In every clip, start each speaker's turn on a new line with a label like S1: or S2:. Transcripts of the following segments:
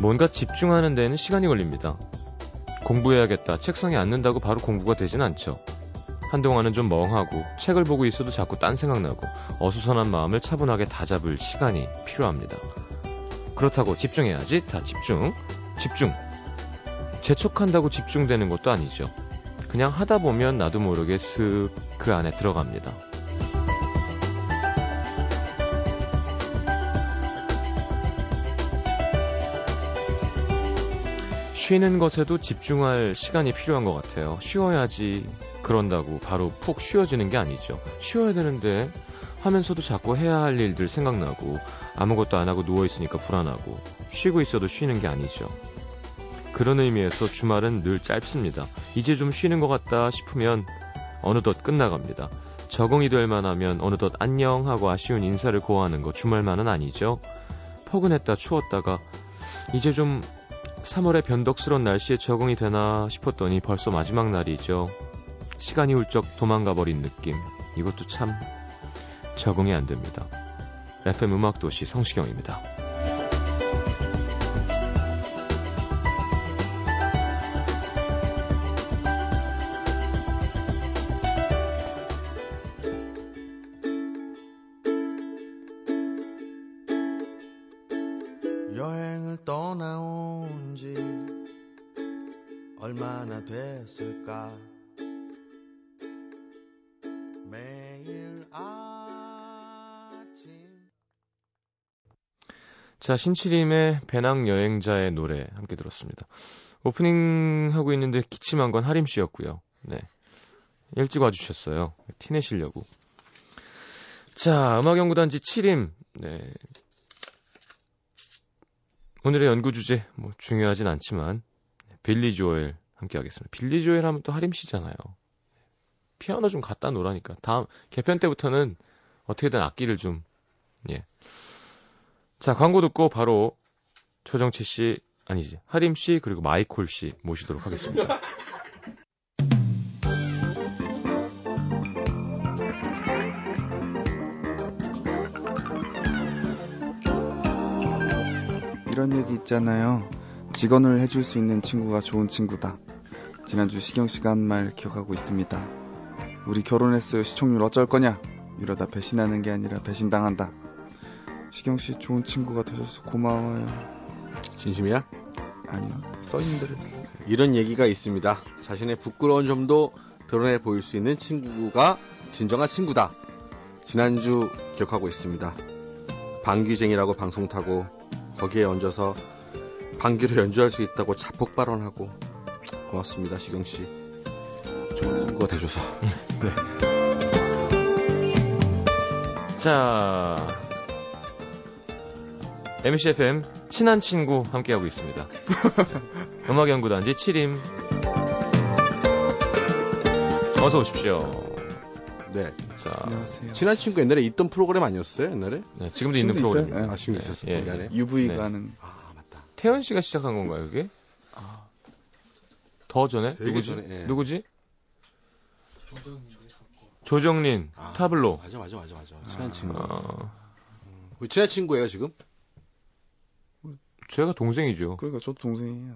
S1: 뭔가 집중하는 데에는 시간이 걸립니다. 공부해야겠다. 책상에 앉는다고 바로 공부가 되진 않죠. 한동안은 좀 멍하고 책을 보고 있어도 자꾸 딴 생각나고 어수선한 마음을 차분하게 다잡을 시간이 필요합니다. 그렇다고 집중해야지 다 집중. 집중. 재촉한다고 집중되는 것도 아니죠. 그냥 하다 보면 나도 모르게 쓱 그 안에 들어갑니다. 쉬는 것에도 집중할 시간이 필요한 것 같아요. 쉬어야지 그런다고 바로 푹 쉬어지는 게 아니죠. 쉬어야 되는데 하면서도 자꾸 해야 할 일들 생각나고 아무것도 안 하고 누워 있으니까 불안하고 쉬고 있어도 쉬는 게 아니죠. 그런 의미에서 주말은 늘 짧습니다. 이제 좀 쉬는 것 같다 싶으면 어느덧 끝나갑니다. 적응이 될 만하면 어느덧 안녕 하고 아쉬운 인사를 고하는 거 주말만은 아니죠. 포근했다 추웠다가 이제 좀 3월의 변덕스런 날씨에 적응이 되나 싶었더니 벌써 마지막 날이죠. 시간이 훌쩍 도망가 버린 느낌. 이것도 참 적응이 안 됩니다. FM 음악도시 성시경입니다.
S2: 여행을 떠나온 지 얼마나 됐을까? 매일 아침
S1: 자, 신치림의 배낭 여행자의 노래 함께 들었습니다. 오프닝 하고 있는데 기침한 건 하림 씨였고요. 네. 일찍 와주셨어요. 티 내시려고. 자, 음악연구단지 7임. 네. 오늘의 연구 주제, 뭐, 중요하진 않지만, 네, 빌리 조엘 함께 하겠습니다. 빌리 조엘 하면 또 하림 씨잖아요. 네. 피아노 좀 갖다 놓으라니까. 다음, 개편 때부터는 어떻게든 악기를 좀, 예. 자, 광고 듣고 바로 조정치 씨, 아니지, 하림 씨, 그리고 마이콜 씨 모시도록 하겠습니다.
S3: 이런 얘기 있잖아요. 직원을 해줄 수 있는 친구가 좋은 친구다. 지난주 시경 씨가 한 말 기억하고 있습니다. 우리 결혼했어요. 시청률 어쩔 거냐? 이러다 배신하는 게 아니라 배신당한다. 시경 씨 좋은 친구가 되셔서 고마워요.
S2: 진심이야?
S3: 아니요.
S2: 써있는대로 이런 얘기가 있습니다. 자신의 부끄러운 점도 드러내 보일 수 있는 친구가 진정한 친구다. 지난주 기억하고 있습니다. 방귀쟁이라고 방송 타고 거기에 얹어서 방귀로 연주할 수 있다고 자폭 발언하고 고맙습니다 시경 씨. 좋은 친구가 되줘서.
S1: 자, MCFM 친한 친구 함께하고 있습니다. 음악연구단지 7임. 어서 오십시오.
S2: 네.
S1: 자,
S3: 안녕하세요.
S2: 친한 친구 옛날에 있던 프로그램 아니었어요 옛날에?
S1: 네, 지금도 있는
S3: 지금도 있어요?
S1: 프로그램입니다.
S3: 네.
S2: 아 지금
S1: 예,
S2: 있었어.
S1: 예.
S2: 미안해.
S1: 네.
S3: UV가는
S2: 아 맞다.
S1: 태연 씨가 시작한 건가요, 그게? 더 전에?
S2: 아. 되게
S1: 누구지?
S2: 전에, 예.
S1: 누구지? 조정린,
S2: 아,
S1: 타블로.
S2: 맞아 맞아 맞아 맞아. 친한
S3: 아.
S2: 친구.
S1: 어,
S2: 우리 친한 친구예요 지금?
S1: 제가 동생이죠.
S3: 그러니까 저도 동생이에요.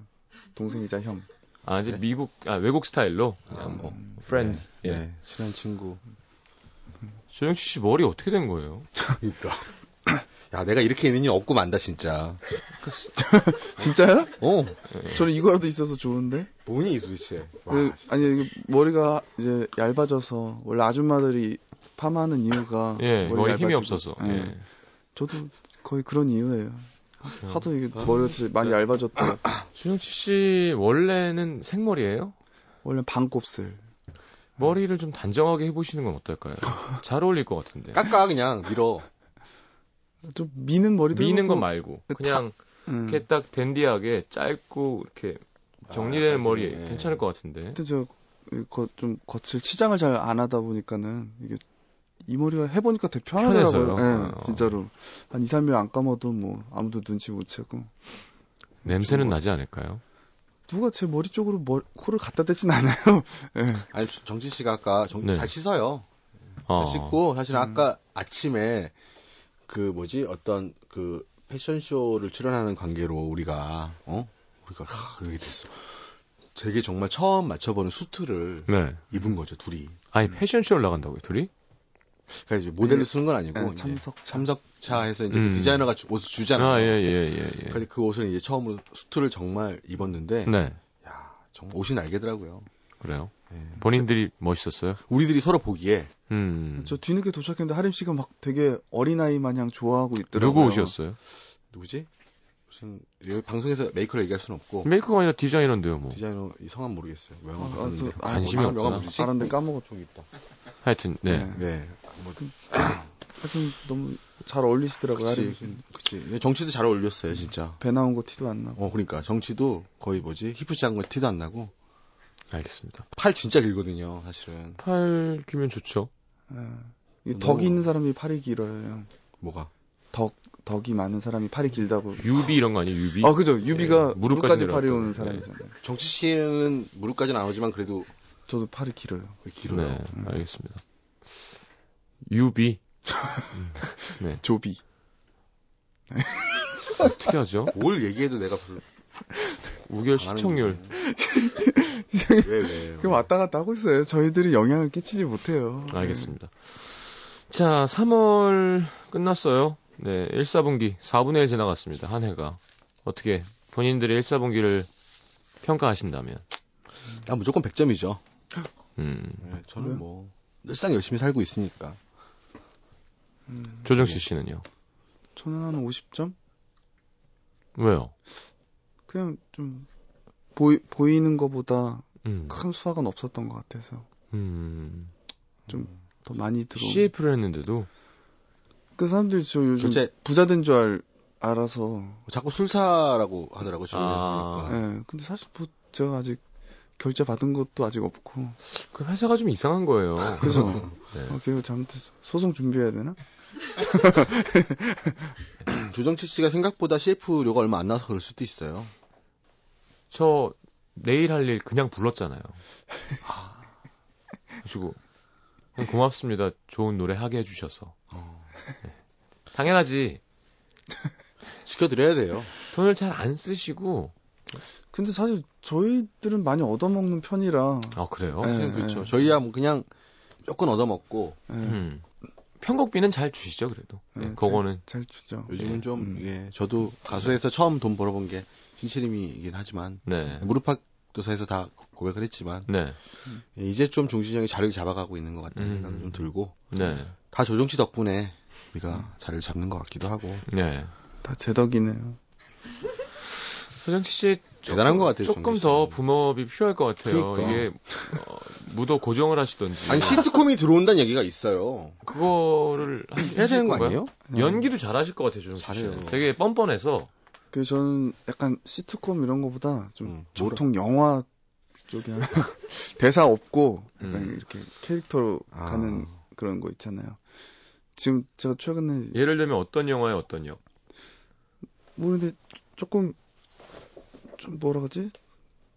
S3: 동생이자 형.
S1: 아, 이제
S2: 네.
S1: 미국, 아, 외국 스타일로. 그냥 뭐, friend. 예.
S2: 네, 친한 친구.
S1: 조정치 씨 머리 어떻게 된 거예요?
S2: 그러니까. 야 내가 이렇게 있는 일 없고 만다 진짜.
S3: 진짜요?
S2: 어.
S3: 저는 이거라도 있어서 좋은데.
S2: 뭐니 도대체. 와,
S3: 그, 아니 이게 머리가 이제 얇아져서 원래 아줌마들이 파마하는 이유가
S1: 예,
S3: 머리가
S1: 머리 힘이
S3: 얇아지고.
S1: 없어서.
S3: 예.
S1: 예.
S3: 저도 거의 그런 이유예요.
S1: 그래요?
S3: 하도 이게 머리가 진짜
S1: 네.
S3: 많이 얇아졌다.
S1: 조정치 씨 원래는 생머리예요?
S3: 원래 반곱슬.
S1: 머리를 좀 단정하게 해보시는 건 어떨까요? 잘 어울릴 것 같은데.
S2: 깎아 그냥 밀어.
S3: 좀 미는 머리도
S1: 미는
S3: 해놓고,
S1: 건 말고 그냥
S3: 음.
S1: 이렇게 딱 댄디하게 짧고 이렇게 정리되는
S2: 아,
S1: 머리
S2: 네.
S1: 괜찮을 것 같은데.
S3: 근데 저좀 거칠 치장을 잘 안 하다 보니까는 이게 이 머리가 해보니까 되게 편하더라고요.
S1: 편해서요?
S3: 예,
S1: 어.
S3: 진짜로 한 2, 3일 안 감아도 뭐 아무도 눈치 못 채고
S1: 냄새는 나지 않을까요?
S3: 누가 제 머리 쪽으로 머 코를 갖다 대진 않아요.
S1: 어,
S3: 예.
S2: 아니 정진 씨가 아까 정,
S1: 네.
S2: 잘 씻어요.
S1: 어.
S3: 음.
S2: 잘 씻고 사실 아까 아침에 그 뭐지 어떤 그 패션쇼를 출연하는 관계로 우리가 어 우리가 하, 이렇게 됐어. 제게 정말 처음 맞춰보는 수트를
S1: 네.
S2: 입은 거죠 둘이.
S1: 아니 패션쇼를 나간다고요 둘이?
S2: 그러니까 이제 모델로 쓰는 건 아니고
S1: 예.
S3: 네,
S2: 이제
S3: 참석차.
S2: 참석차 해서 이제
S1: 음.
S2: 그 디자이너가 주- 옷을 주잖아요.
S1: 아 예 예 예 예.
S2: 근데 그 옷을 이제 처음으로 수트를 정말 입었는데
S1: 네
S2: 야 정말 옷이 날개더라고요.
S1: 그래요.
S2: 예.
S1: 본인들이 멋있었어요.
S2: 우리들이 서로 보기에
S1: 음.
S3: 저 뒤늦게 도착했는데 하림 씨가 막 되게 어린아이 마냥 좋아하고 있더라고요.
S1: 누구 옷이었어요?
S2: 누구지? 무슨 여기 방송에서 메이커를 얘기할 수는 없고
S1: 메이크가 아니라 디자이너인데요 뭐.
S2: 디자이너 이 성함 모르겠어요.
S3: 아,
S2: 명함
S3: 아,
S2: 받았는데.
S3: 저, 아,
S1: 관심이
S3: 아,
S1: 없구나.
S3: 명함 뭐지? 다른데 까먹었죠.
S2: 저기 있다.
S1: 하여튼 네.
S2: 네. 뭐
S3: 하여튼 너무 잘 어울리시더라고요. 하림 씨.
S2: 그치, 그치. 네, 정치도 잘 어울렸어요, 진짜.
S3: 배 나온 거 티도 안 나고.
S2: 어, 그러니까 정치도 거의 뭐지 히프시한 거 티도 안 나고
S1: 알겠습니다.
S2: 팔 진짜 길거든요, 사실은.
S1: 팔 기면 좋죠.
S3: 예.
S1: 뭐
S3: 이
S2: 너무-
S3: 덕이 있는 사람이 팔이 길어요.
S2: 뭐가?
S3: 덕 덕이 많은 사람이 팔이 길다고.
S1: 유비 이런 거 아니에요? 유비?
S3: 아 그죠. 유비가
S1: 예,
S3: 무릎까지 팔이
S1: 내려왔다고.
S3: 오는
S1: 네.
S3: 사람이잖아요.
S2: 정치 씨는 무릎까지는 안 오지만 그래도
S3: 저도 팔이 길어요.
S2: 길어요.
S1: 네, 알겠습니다. 유비
S3: 조비.
S1: 어떻게 하죠?
S2: 뭘 얘기해도 내가 별로
S1: 우결
S2: 안 하는
S1: 시청률
S2: 거예요. 왜 왜?
S3: 그럼 왔다 갔다 하고 있어요. 저희들이 영향을 끼치지 못해요.
S1: 알겠습니다. 자, 3월 끝났어요. 네, 1사분기 4분의 1 지나갔습니다. 한 해가 어떻게 본인들의 1사분기를 평가하신다면,
S2: 아 무조건 100점이죠.
S1: 음,
S2: 저는
S3: 그래요?
S2: 뭐 늘상 열심히 살고 있으니까.
S3: 음.
S1: 조정식 씨는요?
S3: 저는 한 50점?
S1: 왜요?
S3: 그냥 좀 보이, 보이는 거보다
S1: 음,
S3: 큰 수확은 없었던 것 같아서
S1: 음,
S3: 더 많이 들어.
S1: CF를 했는데도
S3: 그 사람들이 저 요즘
S2: 둘째
S3: 부자 된 줄 알, 알아서.
S2: 자꾸 술사라고 그러니까. 하더라고 주변에
S1: 아.
S2: 보니까.
S3: 예. 근데 사실 뭐 제가 아직 결제 받은 것도 아직 없고.
S1: 그 회사가 좀 이상한 거예요.
S3: 그래서
S1: 네.
S3: 아, 그리고 잘못해서 소송 준비해야 되나?
S2: 조정치 씨가 생각보다 CF료가 얼마 안 나서 그럴 수도 있어요.
S1: 저 내일 할 일 그냥 불렀잖아요. 그리고 그냥 고맙습니다. 좋은 노래 하게 해주셔서.
S3: 어.
S1: 네. 당연하지.
S2: 시켜드려야 돼요.
S1: 돈을 잘 안 쓰시고.
S3: 근데 사실 저희들은 많이 얻어먹는 편이라.
S1: 아 그래요?
S3: 네.
S2: 사실 그렇죠. 저희야 뭐 그냥 조금 얻어먹고
S3: 예.
S1: 음. 편곡비는 잘 주시죠 그래도. 네,
S3: 네,
S1: 그거는
S3: 잘 주죠.
S2: 요즘은
S1: 예.
S2: 좀
S3: 음.
S2: 예, 저도 가수에서 처음 돈 벌어본 게 신체림이긴 하지만 예,
S1: 네.
S2: 무릎팍도사에서 다 고백을 했지만
S1: 네.
S2: 예, 이제 좀 종신형이 자리를 잡아가고 있는 것 같다는
S1: 음.
S2: 생각이 좀 들고
S1: 네.
S2: 다 조정치 덕분에 우리가 자리를 잡는 것 같기도 하고
S3: 음.
S1: 네.
S3: 다 제 덕이네요.
S1: 소정치 씨
S2: 대단한
S1: 조금-
S2: 것 같아요,
S1: 조금
S2: 정기
S1: 더
S2: 씨.
S1: 붐업이 필요할 것 같아요.
S2: 그러니까.
S1: 이게 어, 무도 고정을 하시던지.
S2: 아니 시트콤이 들어온다는 얘기가 있어요.
S1: 그거를 하시-
S2: 해야 되는
S1: 하실
S2: 거
S1: 건가요?
S2: 아니에요? 네.
S1: 연기도 잘하실 것 같아요, 조정식
S2: 잘해요.
S1: 씨는. 되게 뻔뻔해서.
S3: 그래서 저는 약간 시트콤 이런 거보다 좀
S2: 음,
S3: 전통 영화 쪽이 하나 대사 없고 약간
S1: 음.
S3: 이렇게 캐릭터로
S2: 아.
S3: 가는 그런 거 있잖아요. 지금 제가 최근에
S2: 네.
S1: 예를 들면 어떤 영화에 어떤 역?
S3: 모르는데 뭐 조금 좀 뭐라 그러지?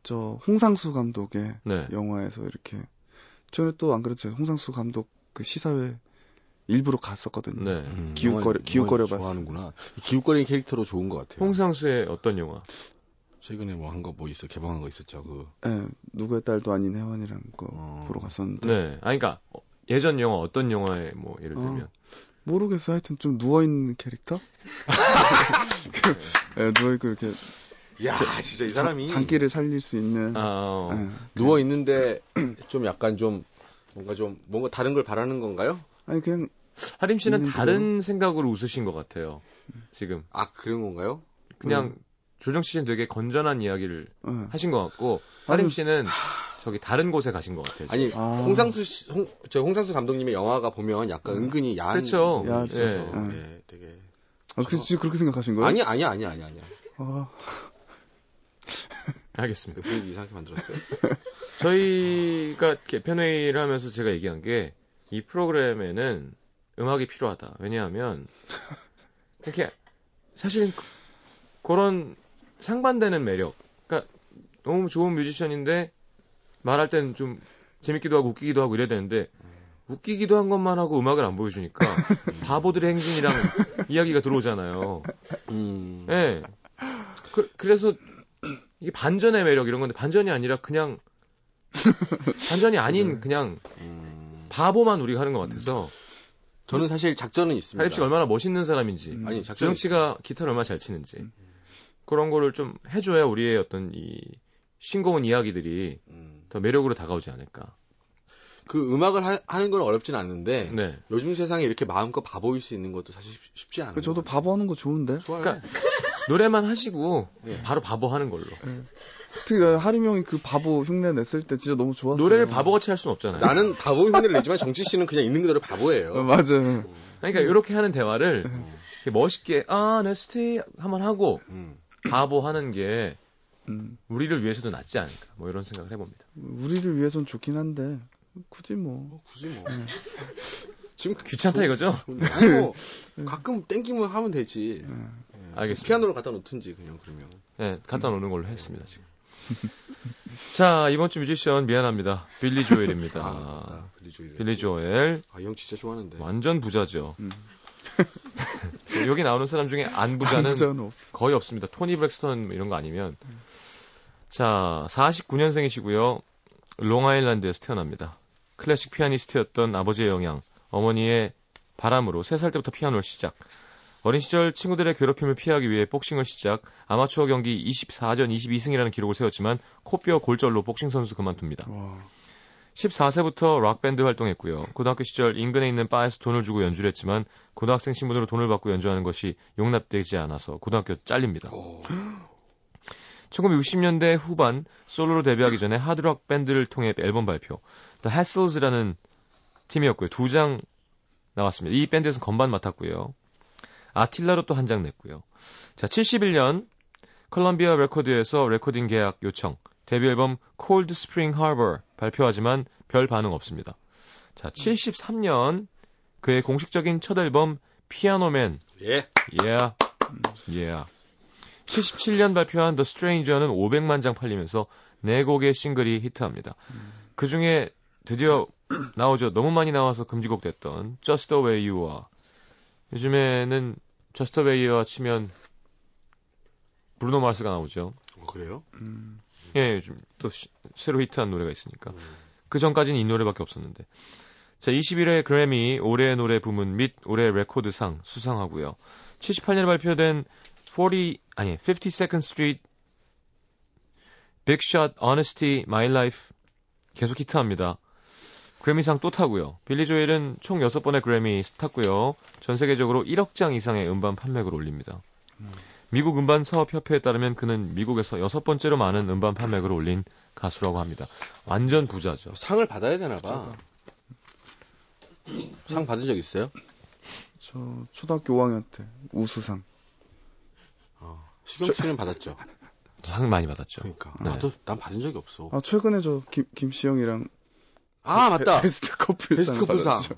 S3: 저 홍상수 감독의
S1: 네.
S3: 영화에서 이렇게 최근에 또 안 그래도 제가 홍상수 감독 그 시사회 일부러 갔었거든요.
S1: 네.
S2: 음,
S3: 기웃거려-
S2: 영화-
S3: 기웃거려
S2: 영화
S3: 봤어요.
S2: 좋아하는구나. 이 기웃거리는 캐릭터로 좋은 것 같아요.
S1: 홍상수의 어떤 영화?
S2: 최근에 뭐 한 거 뭐 있어 개봉한 거 있었죠. 그
S3: 예, 누구의 딸도 아닌 혜원이라는 거
S2: 어.
S3: 보러 갔었는데
S1: 네. 아니, 그니까, 어, 예전 영화 어떤 영화에 뭐, 예를 들면.
S2: 어.
S3: 모르겠어. 하여튼 좀 누워있는 캐릭터? 그, 예, 누워있고 이렇게
S2: 야 진짜 이
S3: 장기를 살릴 수 있는.
S1: 아, 어.
S2: 네.
S3: 예.
S2: 누워 있는데 좀 약간 좀 뭔가 좀 뭔가 다른 걸 바라는 건가요?
S3: 아니 그냥
S1: 하림 씨는
S3: 있는
S1: 다른 생각으로 웃으신 것 같아요. 지금.
S2: 아 그런 건가요?
S1: 그냥,
S2: 네.
S1: 조정식 씨는 되게 건전한 이야기를
S3: 예.
S1: 하신 것 같고, 하림
S3: 아니,
S1: 씨는 저기 다른 곳에 가신 것 같아요.
S2: 아니
S3: 아.
S2: 홍상수 씨, 홍, 저 홍상수 감독님의 영화가 보면 약간 은근히 야한
S1: 그렇죠.
S2: 면이 있어서
S1: 예.
S2: 예, 되게
S3: 아, 그래서 지금 그렇게 생각하신 거예요?
S2: 아니 아니 아니 아니 아니
S3: 아,
S1: 알겠습니다.
S2: 그 분위기 이상하게 만들었어요.
S1: 저희가 개편회의를 하면서 제가 얘기한 게 이 프로그램에는 음악이 필요하다. 왜냐하면 특히 사실 그- 그런 상반되는 매력. 그러니까 너무 좋은 뮤지션인데 말할 때는 좀 재밌기도 하고 웃기기도 하고 이래야 되는데 웃기기도 한 것만 하고 음악을 안 보여주니까 바보들의 행진이랑 이야기가 들어오잖아요.
S2: 음.
S1: 예. 그, 그래서 이게 반전의 매력 이런 건데 반전이 아니라 그냥 반전이 아닌
S2: 네.
S1: 그냥
S2: 음.
S1: 바보만 우리가 하는 것 같아서
S2: 저는 사실 작전은 있습니다.
S1: 하립 씨가 얼마나 멋있는 사람인지
S3: 음.
S2: 아니
S1: 주영
S2: 작전
S1: 씨가 기타를 얼마나 잘 치는지
S2: 음.
S1: 그런 거를 좀 해줘야 우리의 어떤 이 싱거운 이야기들이
S2: 음.
S1: 더 매력으로 다가오지 않을까.
S2: 그 음악을 하, 는건 어렵진 않은데
S1: 네.
S2: 요즘 세상에 이렇게 마음껏 바보일 수 있는 것도 사실 쉽- 쉽지 않아요.
S3: 그 저도 바보 하는 거 좋은데?
S2: 좋아요.
S1: 그러니까 노래만 하시고
S2: 예.
S1: 바로 바보 하는 걸로.
S3: 특히 하림 형이 그 바보 흉내 냈을 때 진짜 너무 좋았어요.
S1: 노래를 바보같이 할 수는 없잖아요.
S2: 네. 그러니까 나는 바보 흉내를 내지만 정치 씨는 그냥 있는 그대로
S3: 어,
S2: 바보예요.
S3: 맞아요.
S1: 아니, 그러니까 이렇게 하는 대화를 이렇게 멋있게 honesty 한번 하고
S2: 음.
S1: 바보 하는 게
S3: 음,
S1: 우리를 위해서도 낫지 않을까. 뭐 이런 생각을 해봅니다.
S3: 우리를 위해선 좋긴 한데 굳이 뭐.
S2: 뭐 굳이 뭐 지금
S1: 음. 귀찮다 이거죠? 음.
S2: 아니 뭐 가끔 땡기면 하면 되지. 음.
S1: 알겠습니다.
S2: 피아노를 갖다 놓든지 그냥 그러면.
S1: 네, 갖다 놓는 걸로 했습니다 지금. 자 이번 주 뮤지션 미안합니다. 빌리 조엘입니다.
S2: 아, 빌리 조엘.
S1: 빌리 조엘
S2: 아, 이 형 진짜
S1: 네.
S2: 좋아하는데.
S1: 완전 부자죠.
S3: 음.
S1: 여기 나오는 사람 중에 안 부자는
S3: 남자는 없어.
S1: 거의 없습니다. 토니 브렉스턴 뭐 이런 거 아니면 자 49년생이시고요. 롱아일랜드에서 태어납니다. 클래식 피아니스트였던 아버지의 영향, 어머니의 바람으로 3살 때부터 피아노를 시작. 어린 시절 친구들의 괴롭힘을 피하기 위해 복싱을 시작. 아마추어 경기 24전 22승이라는 기록을 세웠지만 코뼈 골절로 복싱 선수 그만둡니다.
S3: 와.
S1: 14세부터 락밴드 활동했고요. 고등학교 시절 인근에 있는 바에서 돈을 주고 연주를 했지만 고등학생 신분으로 돈을 받고 연주하는 것이 용납되지 않아서 고등학교 잘립니다.
S2: 오.
S1: 1960년대 후반 솔로로 데뷔하기 전에 하드락 밴드를 통해 앨범 발표. The Hassels라는 팀이었고요. 두 장 나왔습니다. 이 밴드에서 건반 맡았고요. 아틸라로 또 한 장 냈고요. 자, 71년 컬럼비아 레코드에서 레코딩 계약 요청. 데뷔 앨범 Cold Spring Harbor 발표하지만 별 반응 없습니다. 자, 73년 그의 공식적인 첫 앨범 피아노맨
S2: 예.
S1: Yeah. Yeah. 77년 발표한 The Stranger는 500만 장 팔리면서 4곡의 싱글이 히트합니다. 그 중에 드디어 나오죠. 너무 많이 나와서 금지곡 됐던 Just the Way You Are. 요즘에는 Just the Way You Are 치면 브루노 마스가 나오죠.
S2: 어, 그래요?
S3: 음.
S1: 예, 요즘 또 시- 새로 히트한 노래가 있으니까.
S2: 음.
S1: 그 전까지는 이 노래밖에 없었는데. 자, 21회 그래미 올해의 노래 부문 및 올해의 레코드상 수상하고요. 78년에 발표된 40 아니 52nd Street Big Shot Honesty My Life 계속 히트합니다. 그래미상 또 타고요. 빌리 조엘은 총 6번의 그래미 탔고요. 전 세계적으로 1억 장 이상의 음반 판매를 올립니다. 미국 음반 사업 협회에 따르면 그는 미국에서 여섯 번째로 많은 음반 판매를 올린 가수라고 합니다. 완전 부자죠.
S2: 뭐 상을 받아야 되나 봐. 상 받은 적 있어요?
S3: 저 초등학교 5학년 때 우수상.
S2: 어. 시경 씨는 받았죠.
S1: 상 많이 받았죠.
S2: 그러니까.
S1: 네.
S2: 나도 난 받은 적이 없어.
S3: 아 최근에 저 김, 김시영이랑
S2: 아,
S3: 베-
S2: 맞다.
S1: 그-
S3: 베스트 커플상.
S2: 베스트 커플상.
S3: 받았죠.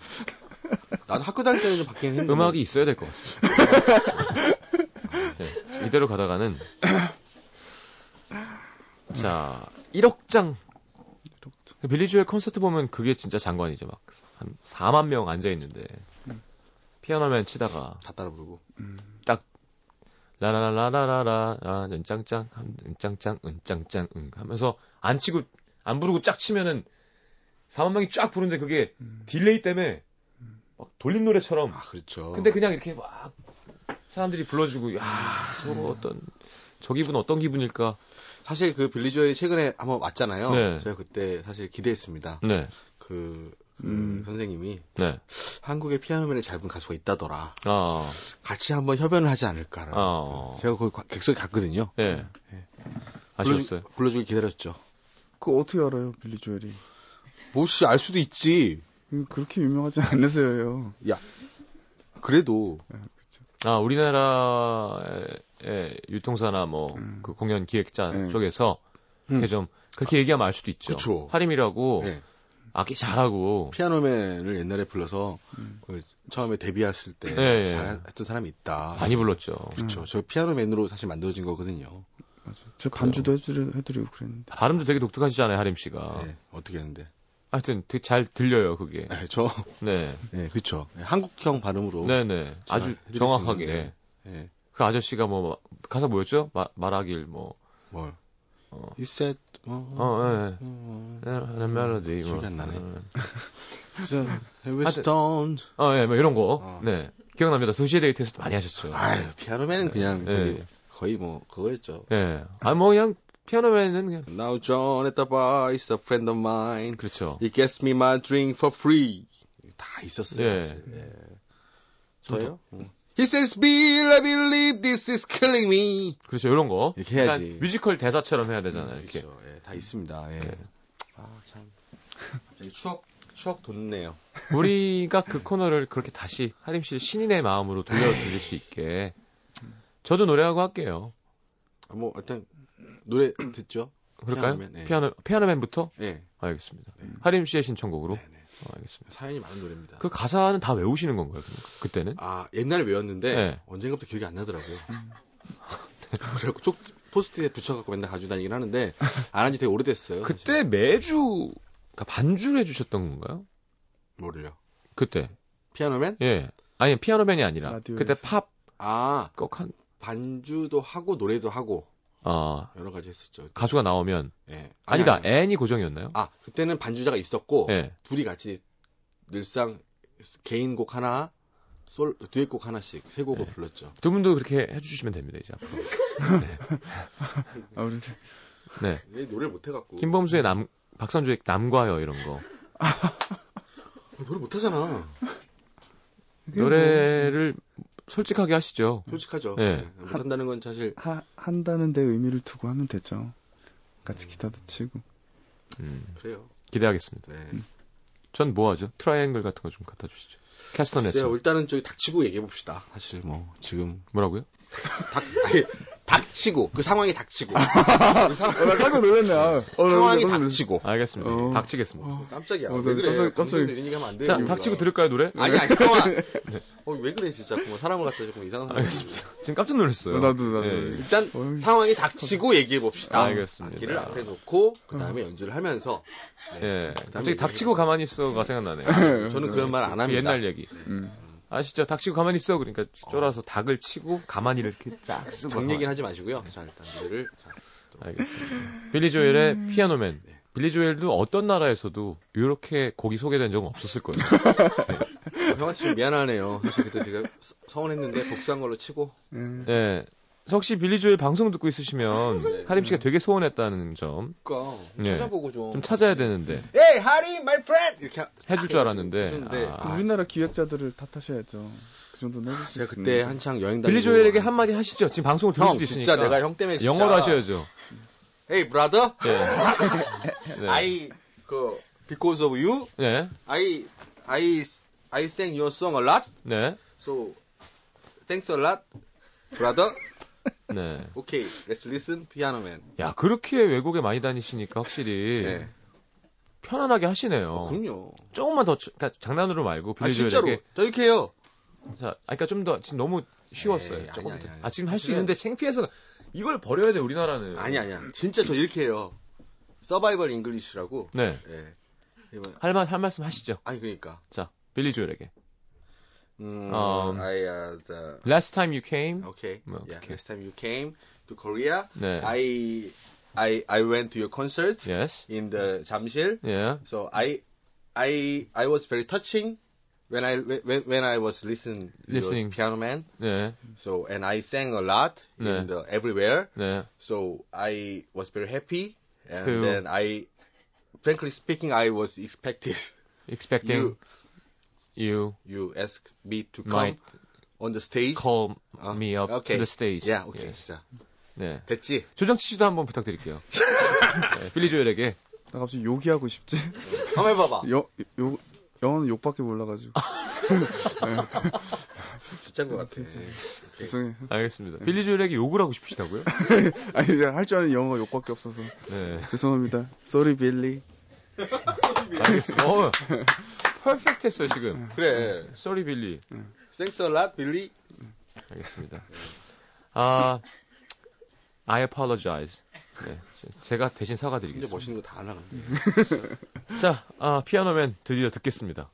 S2: 난 학교 다닐 때는 좀 받긴 했는데.
S1: 음악이 있어야 될 것 같습니다. 네, 이대로 가다가는 자 1억 장 빌리 조엘 콘서트 보면 그게 진짜 장관이죠. 막 한 4만 명 앉아 있는데 피아노맨 치다가
S2: 다 따라 부르고.
S1: 라라라라라라 아, 은짱짱 함, 은짱짱 은짱짱 응 하면서 안 치고 안 부르고 쫙 치면은 4만 명이 쫙 부르는데 그게 딜레이 때문에 막 돌림 노래처럼
S2: 아, 그렇죠.
S1: 근데 그냥 이렇게 막 사람들이 불러주고 야
S2: 음.
S1: 저거 어떤 저 기분 어떤 기분일까?
S2: 사실 그 빌리 조엘이 최근에 한번 왔잖아요.
S1: 네.
S2: 제가 그때 사실 기대했습니다.
S1: 네,
S2: 그, 그
S3: 음.
S2: 선생님이
S1: 네,
S2: 한국의 피아노맨을 잘 본 가수가 있다더라.
S1: 아,
S2: 같이 한번 협연을 하지 않을까라는. 그
S1: 아.
S2: 제가 거기 관- 객석에 갔거든요.
S1: 예, 아쉬웠어요.
S2: 불러주- 불러주길 기다렸죠.
S3: 그거 어떻게 알아요, 빌리 조엘이?
S2: 뭐씨 알 수도 있지.
S3: 음, 그렇게 유명하진 않으세요.
S2: 야, 그래도
S1: 아 우리나라의 유통사나 뭐 그 공연 기획자
S3: 음.
S1: 쪽에서
S2: 네. 음.
S1: 이렇게 좀 그렇게 얘기하면 알 수도 있죠.
S2: 그쵸.
S1: 하림이라고
S2: 예,
S1: 악기 잘하고
S2: 피아노맨을 옛날에 불러서 그 처음에 데뷔했을 때
S1: 예, 예.
S2: 잘했던 사람이 있다.
S1: 많이 불렀죠. 음.
S2: 그렇죠. 저 피아노맨으로 사실 만들어진 거거든요.
S3: 음, 맞아요. 제가 반주도 해드리, 해드리고 그랬는데.
S2: 네.
S1: 발음도 되게 독특하시잖아요, 하림 씨가.
S2: 예, 어떻게 했는데?
S1: 하여튼 되게 잘 들려요 그게.
S2: 네, 저,
S1: 네,
S2: 네, 그쵸. 네, 한국형 발음으로.
S1: 네, 네.
S2: 잘
S1: 아주
S2: 해드릴 수
S1: 정확하게.
S2: 있는데. 네,
S1: 그 아저씨가 뭐 마- 가사 뭐였죠? 마- 말하길 뭐.
S2: 뭘.
S1: 어.
S2: He said, 뭐.
S1: 어, 예.
S2: 음,
S1: 하는 멜로디. 뭐.
S2: 기억이 안 나네.
S1: 어,
S2: so, he was
S1: 하여튼-
S2: stoned.
S1: 어, 예, 뭐 이런 거.
S2: 어.
S1: 네. 기억납니다. 도시에 데이트에서도 많이 하셨죠.
S2: 아유, 피아노맨은 그냥
S1: 네.
S2: 저기 거의 뭐 그거였죠.
S1: 예. 아, 뭐 그냥 피아노맨은 그냥
S2: Now John at the bar is a friend of mine.
S1: 그렇죠.
S2: He gets me my drink for free. 다 있었어요.
S1: 예.
S2: 사실. 예.
S1: 좀
S2: 저요? 음. He says, Bill, I believe this is killing me.
S1: 그렇죠. 이런 거.
S2: 이렇게 해야지.
S1: 약간 뮤지컬 대사처럼 해야 되잖아요. 이렇게.
S2: 그렇죠. 예, 다 있습니다. 예. 아, 참. 갑자기 추억, 추억 돋네요.
S1: 우리가 그 코너를 그렇게 다시 하림 씨의 신인의 마음으로 돌려드릴 수 있게 저도 노래하고 할게요.
S2: 아, 뭐, 일단, 노래 듣죠?
S1: 그럴까요?
S2: 피아노맨, 네.
S1: 피아노 피아노맨부터
S2: 예.
S1: 알겠습니다. 하림 씨의 신청곡으로
S2: 네,
S1: 어, 알겠습니다.
S2: 사연이 많은 노래입니다.
S1: 그 가사는 다 외우시는 건가요? 그때는
S2: 아, 옛날에 외웠는데,
S1: 네.
S2: 언젠가부터 기억이 안 나더라고요. 그래갖고, 쪽, 포스트에 붙여갖고 맨날 가지고 다니긴 하는데, 안 한 지 되게 오래됐어요. 사실.
S1: 그때 매주 그러니까 반주를 해주셨던 건가요?
S2: 뭐를요?
S1: 그때
S2: 피아노맨?
S1: 예 아니 피아노맨이 아니라
S3: 라디오에서.
S1: 그때
S2: 아,
S1: 팝꼭한
S2: 반주도 하고, 노래도 하고,
S1: 아,
S2: 여러 가지 했었죠.
S1: 가수가 나오면
S2: 예. 아니,
S1: 아니다
S2: 아니.
S1: 앤이 고정이었나요?
S2: 아, 그때는 반주자가 있었고,
S1: 예
S2: 둘이 같이 늘상 개인곡 하나, 솔, 듀엣곡 하나씩 세 곡을
S1: 네.
S2: 불렀죠.
S1: 두 분도 그렇게 해주시면 됩니다 이제 앞으로.
S3: 아, 우리
S1: 네
S2: 왜 노래 못 해갖고.
S1: 김범수의 남 박선주의 남과여 이런 거
S2: 아, 노래 못 하잖아.
S1: 노래를 솔직하게 하시죠.
S2: 솔직하죠.
S1: 네.
S2: 네, 못 한다는 건 사실
S3: 뭐, 하, 한다는 데 의미를 두고 하면 되죠. 같이 기타도 치고.
S1: 음,
S2: 그래요.
S1: 기대하겠습니다.
S2: 네.
S1: 전 뭐 하죠? 트라이앵글 같은 거 좀 갖다 주시죠.
S2: 글쎄요,
S1: 캐스터넷
S2: 네, 일단은 저기 닥치고 얘기해봅시다. 사실 뭐, 지금.
S1: 뭐라고요?
S2: 닥, 아니, 닥치고, 그 상황이 닥치고. 그 상황,
S3: 나 깜짝 놀랐네. 아, 어, 나
S2: 상황이
S3: 깜짝 놀랐어.
S2: 닥치고.
S1: 알겠습니다.
S3: 어. 네,
S1: 닥치겠습니다.
S2: 깜짝이야.
S3: 어,
S2: 왜 그래?
S3: 깜짝-
S2: 깜짝
S3: 깜짝이야.
S2: 이런 얘기 하면 안 돼요.
S1: 자, 닥치고 들을까요 노래?
S2: 아니, 아니, 잠깐만. 어, 왜 그래, 진짜. 정말 사람을 갖다 조금 뭐 이상한 사람.
S1: 알겠습니다. 지금 깜짝 놀랐어요.
S3: 어, 나도, 나도.
S1: 예.
S2: 일단
S3: 어이.
S2: 상황이 닥치고 얘기해 봅시다.
S1: 알겠습니다.
S2: 악기를 앞에 놓고 그 다음에 연주를 하면서 네.
S1: 예. 갑자기 닥치고 가만히 있어가 생각나네요.
S2: 저는 그런 말 안
S1: 그
S2: 합니다.
S1: 옛날 얘기.
S3: 음.
S1: 아시죠? 닥치고 가만히 있어. 그러니까 쫄아서 닥을 치고 가만히 이렇게 쫙 쓰고.
S2: 정 얘기는 하지 마시고요. 자 일단 노래를 자,
S1: 알겠습니다. 빌리 조엘의 피아노맨.
S2: 네.
S1: 빌리 조엘도 어떤 나라에서도 이렇게 곡이 소개된 적은 없었을 거예요.
S2: 어, 형아 씨 미안하네요. 사실 그때 제가 서- 서운했는데 복수한 걸로 치고
S3: 예.
S2: 네.
S1: 예. 혹시 빌리 조엘 방송 듣고 있으시면 하림 씨가 되게 소원했다는 점 좀
S2: 그니까
S1: 네.
S2: 찾아보고 좀.
S1: 찾아야 되는데
S2: 에이 하리 마이 프렌드 이렇게 하-
S1: 해줄 줄 알았는데
S2: 해줬는데
S3: 그
S1: 아,
S3: 우리나라 기획자들을 탓하셔야죠. 그 정도는 해줄 수
S2: 제가
S3: 있어요.
S2: 그때 네, 한창 여행 다니고
S1: 빌리 조엘에게 한마디 하시죠. 지금 방송을 들을
S2: 형
S1: 수도
S2: 진짜
S1: 있으니까
S2: 내가 형 때문에 진짜
S1: 영어로 하셔야죠.
S2: 에이 브라더
S1: 예. 네.
S2: 아이 그 because of you
S1: 네.
S2: I I I sang your song a lot
S1: 네.
S2: so thanks a lot brother
S1: 네.
S2: 오케이, let's listen, 피아노 맨.
S1: 야, 그렇게 외국에 많이 다니시니까 확실히
S2: 네. 어,
S1: 편안하게 하시네요.
S2: 그럼요.
S1: 조금만 더, 주- 그러니까 장난으로 말고
S2: 아,
S1: 어. 빌리
S2: 진짜로.
S1: 조엘에게
S2: 저 이렇게 해요.
S1: 자, 아, 그러니까 좀 더 지금 너무 쉬웠어요.
S2: 에이,
S1: 조금
S2: 아니,
S1: 더.
S2: 아니, 아니.
S1: 아, 지금 할 수
S2: 그래.
S1: 있는데 창피해서 이걸 버려야 돼 우리나라는.
S2: 아니, 아니야. 진짜 저 이렇게 해요. 서바이벌 잉글리시라고.
S1: 네.
S2: 예. 이번-
S1: 할말 할 말씀 하시죠.
S2: 아니, 그러니까.
S1: 자, 빌리 조엘에게.
S2: 음,
S1: 음.
S2: I, uh, the,
S1: Last time you came.
S2: okay.
S1: 뭐,
S2: yeah,
S1: 그렇게.
S2: next time you came to Korea,
S1: 네.
S2: I, I, I went to your concert
S1: Yes.
S2: in the 잠실.
S1: Yeah.
S2: So I, I, I was very touching when I, when, when I was listening to your
S1: Listening.
S2: piano man.
S1: 네.
S2: So, and I sang a lot
S1: 네.
S2: in the, everywhere.
S1: 네.
S2: So I was very happy, and
S1: To-
S2: then I, frankly speaking, I was expected
S1: Expecting you,
S2: you asked me to come
S1: might
S2: on the stage.
S1: call
S2: 어,
S1: me up
S2: 오케이.
S1: to the stage.
S2: Yeah, okay,
S1: Yes.
S2: 자
S1: 네.
S2: 됐지.
S1: 조정치 씨도 한번 부탁드릴게요. 네, 빌리 조엘에게.
S3: 나 갑자기 욕이하고 싶지?
S2: 한번 해봐봐.
S3: 여, 욕, 영어는 욕밖에 몰라가지고.
S2: 진짜인 것 같아. 오케이.
S3: 죄송해요.
S1: 알겠습니다. 빌리 조엘에게 욕을 하고 싶으시다고요?
S3: 아니, 할줄 아는 영어가 욕밖에 없어서.
S1: 네.
S3: 죄송합니다. Sorry, Billy.
S2: 네.
S1: 알겠습니다. 어, 퍼펙트 했어요, 지금.
S2: 그래.
S1: 쏘리 빌리.
S2: Thanks a lot, Billy.
S1: 알겠습니다. 아, I apologize. 네, 제가 대신
S2: 이제
S1: 사과드리겠습니다.
S2: 멋있는 거 다 나가는데.
S1: 자, 아, 피아노맨 드디어 듣겠습니다.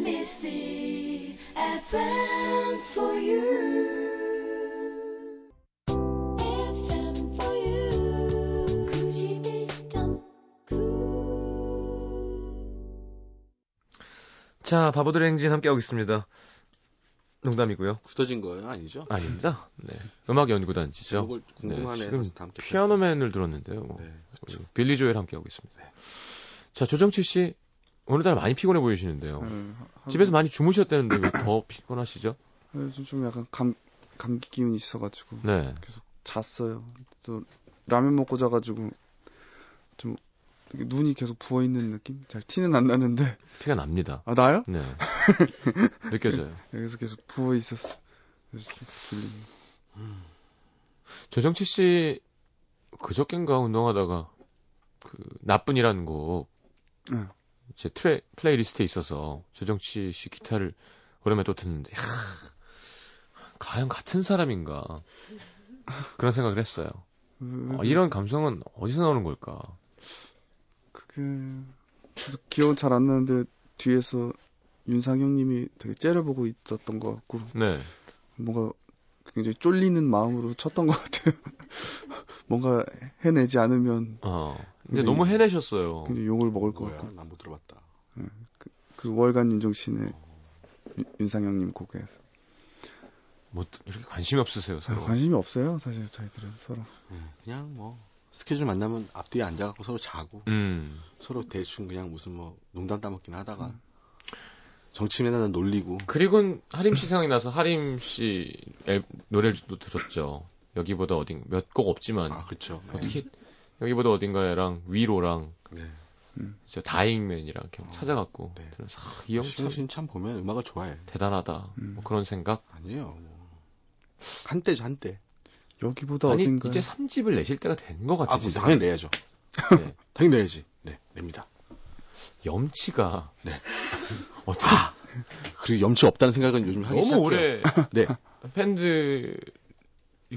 S4: NBC FM for you. FM for you. 91.9.
S1: 자, 바보들 행진 함께하고 있습니다. 농담이고요.
S2: 굳어진 거예요? 아니죠?
S1: 아닙니다. 네. 음악 연구단지죠.
S2: 이걸 궁금하네.
S1: 네, 지금
S2: 다시 다음 캡처.
S1: 피아노맨을 들었는데요. 뭐.
S2: 네.
S1: 우리 빌리 조엘 함께하고 있습니다. 자, 조정치 씨 오늘따라 많이 피곤해 보이시는데요.
S2: 음.
S3: 네, 하루-
S1: 어. 집에서 많이 주무셨다는데 왜 더 피곤하시죠?
S3: 요즘 좀 약간 감 감기 기운이 있어가지고
S1: 네.
S3: 잤어요. 또 라면 먹고 자가지고 좀 이렇게 눈이 계속 부어 있는 느낌? 잘 티는 안 나는데
S1: 티가 납니다.
S3: 아 나요?
S1: 네. 느껴져요.
S3: 여기서 계속 부어 있었어. 그래서 좀 졸리네.
S1: 조정치 씨 그저껜가 운동하다가 그 나쁜이라는 곡
S3: 네.
S1: 제 트레 플레이리스트에 있어서 조정치 씨 기타를 오랜만에 또 듣는데 야, 과연 같은 사람인가 그런 생각을 했어요.
S3: 왜-
S1: 어,
S3: 왜-
S1: 이런 감성은 어디서 나오는 걸까?
S3: 그게 저도 기억은 잘 안 나는데 뒤에서 윤상형님이 되게 째려보고 있었던 것 같고
S1: 네.
S3: 뭔가 굉장히 쫄리는 마음으로 쳤던 것 같아요. 뭔가 해내지 않으면
S1: 어. 근데
S3: 굉장히-
S1: 너무 해내셨어요.
S3: 굉장히 욕을 먹을 것
S2: 뭐야?
S3: 같고
S2: 난 못 들어봤다.
S3: 그 월간 윤정신의 윤상형님 곡에
S1: 뭐 이렇게 관심이 없으세요,
S3: 아,
S1: 서로.
S3: 관심이 없어요 사실 저희들은 서로
S2: 네, 그냥 뭐 스케줄 만나면 앞뒤에 앉아갖고 서로 자고
S1: 음.
S2: 서로 대충 그냥 무슨 뭐 농담 따먹기나 하다가 정치인에다 놀리고
S1: 그리고 하림 씨 생각이 나서 하림 씨 앨- 노래를 또 들었죠. 여기보다 어딘 몇 곡 없지만
S2: 아 그쵸. 네.
S1: 어떻게 여기보다 어딘가랑 위로랑
S2: 네.
S1: 저 다잉맨이랑 이렇게
S2: 어.
S1: 찾아갔고
S2: 네.
S1: 들어서 아, 이형 참
S2: 신우신 참 보면 음악을 좋아해.
S1: 대단하다.
S3: 음.
S1: 뭐 그런 생각.
S2: 아니에요. 뭐. 한때죠 한때.
S3: 여기보다
S1: 아니
S3: 어딘가
S1: 이제 3집을 내실 때가 된 것 같아요.
S2: 아 뭐, 당연히 내야죠.
S1: 네.
S2: 당연히 내야지. 네 냅니다.
S1: 염치가
S2: 네.
S1: 어떻게
S2: 아! 그리고 염치 없다는 생각은 요즘 하기
S1: 너무
S2: 시작해요.
S1: 오래
S2: 네.
S1: 팬들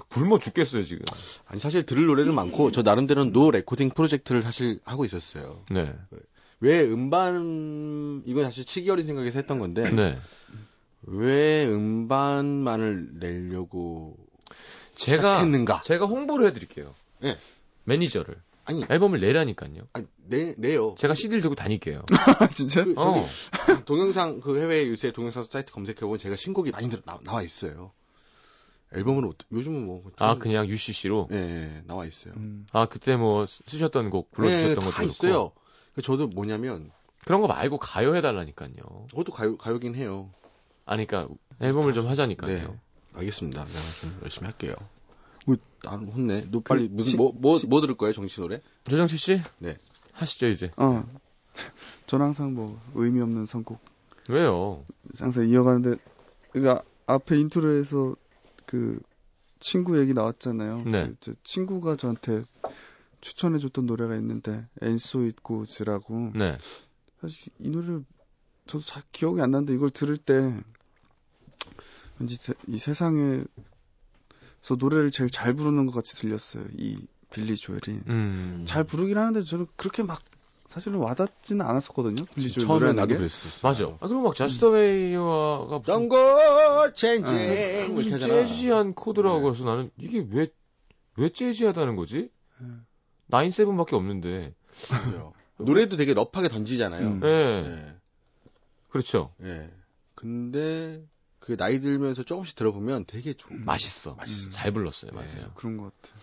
S1: 굶어 죽겠어요 지금.
S2: 아니 사실 들을 노래는 많고 저 나름대로는 노 레코딩 프로젝트를 사실 하고 있었어요.
S1: 네.
S2: 왜 음반 이건 사실 치기 어린 생각에서 했던 건데
S1: 네.
S2: 왜 음반만을 내려고
S1: 제가
S2: 했는가?
S1: 제가 홍보를 해드릴게요.
S2: 네.
S1: 매니저를 네.
S2: 아니,
S1: 앨범을 내라니까요.
S2: 아니 내 내요.
S1: 제가 CD를 들고 다닐게요.
S3: 아, 진짜
S2: 그,
S1: 어.
S2: 저기 동영상 그 해외 유세 동영상 사이트 검색해 보면 제가 신곡이 많이 들어, 나, 나와 있어요. 앨범은 어떠, 요즘은 뭐
S1: 아 그냥 UCC로.
S2: 예, 예, 나와 있어요.
S3: 음,
S1: 아 그때 뭐 쓰셨던 곡 불러주셨던
S2: 예,
S1: 것도
S2: 다
S1: 그렇고
S2: 있어요. 저도 뭐냐면
S1: 그런 거 말고 가요 해달라니까요.
S2: 그것도 가요 가요긴 해요.
S1: 아니 그러니까 앨범을 좀 하자니까요.
S2: 네. 알겠습니다. 내가 좀 열심히 할게요. 우, 나는 뭐, 혼내. 너 빨리
S3: 그
S2: 무슨
S3: 시-
S2: 뭐 뭐 뭐 들을 거예요? 정치 노래?
S1: 조정치 씨.
S2: 네.
S1: 하시죠 이제.
S3: 어 저는 항상 뭐 의미 없는 선곡
S1: 왜요?
S3: 항상 이어가는데 그러니까 앞에 인트로에서 그 친구 얘기 나왔잖아요.
S2: 음.
S1: 네.
S3: 그저 친구가 저한테 추천해줬던 노래가 있는데 엔소 있고즈라고
S1: 네.
S3: 사실 이 노래를 저도 잘 기억이 안 나는데 이걸 들을 때 왠지 세- 이 세상에서 노래를 제일 잘 부르는 것 같이 들렸어요. 이 빌리 조엘이
S1: 음.
S3: 잘 부르긴 하는데 저는 그렇게 막 사실은 와닿지는 않았었거든요. 빌리 조엘
S2: 처음에
S3: 노래라는
S2: 나도
S3: 게.
S2: 그랬어.
S1: 맞아. 아 그럼 막 저스트 웨이와가 무슨
S2: 덩고 체인지
S3: 응.
S2: 뭐 이렇게
S1: 무슨
S2: 하잖아.
S1: 재즈한 코드라고
S2: 네.
S1: 그래서 나는 이게 왜 왜 재즈하다는 거지?
S3: 음.
S1: 나인세븐밖에 없는데.
S2: 그래요. 노래도 되게 럽하게 던지잖아요.
S3: 음.
S1: 예.
S2: 예.
S1: 그렇죠.
S2: 예. 근데 그 나이 들면서 조금씩 들어보면 되게 좋
S1: 맛있어.
S2: 음. 맛있어.
S1: 잘 불렀어요.
S2: 네.
S1: 맞아요.
S3: 그런 것 같아.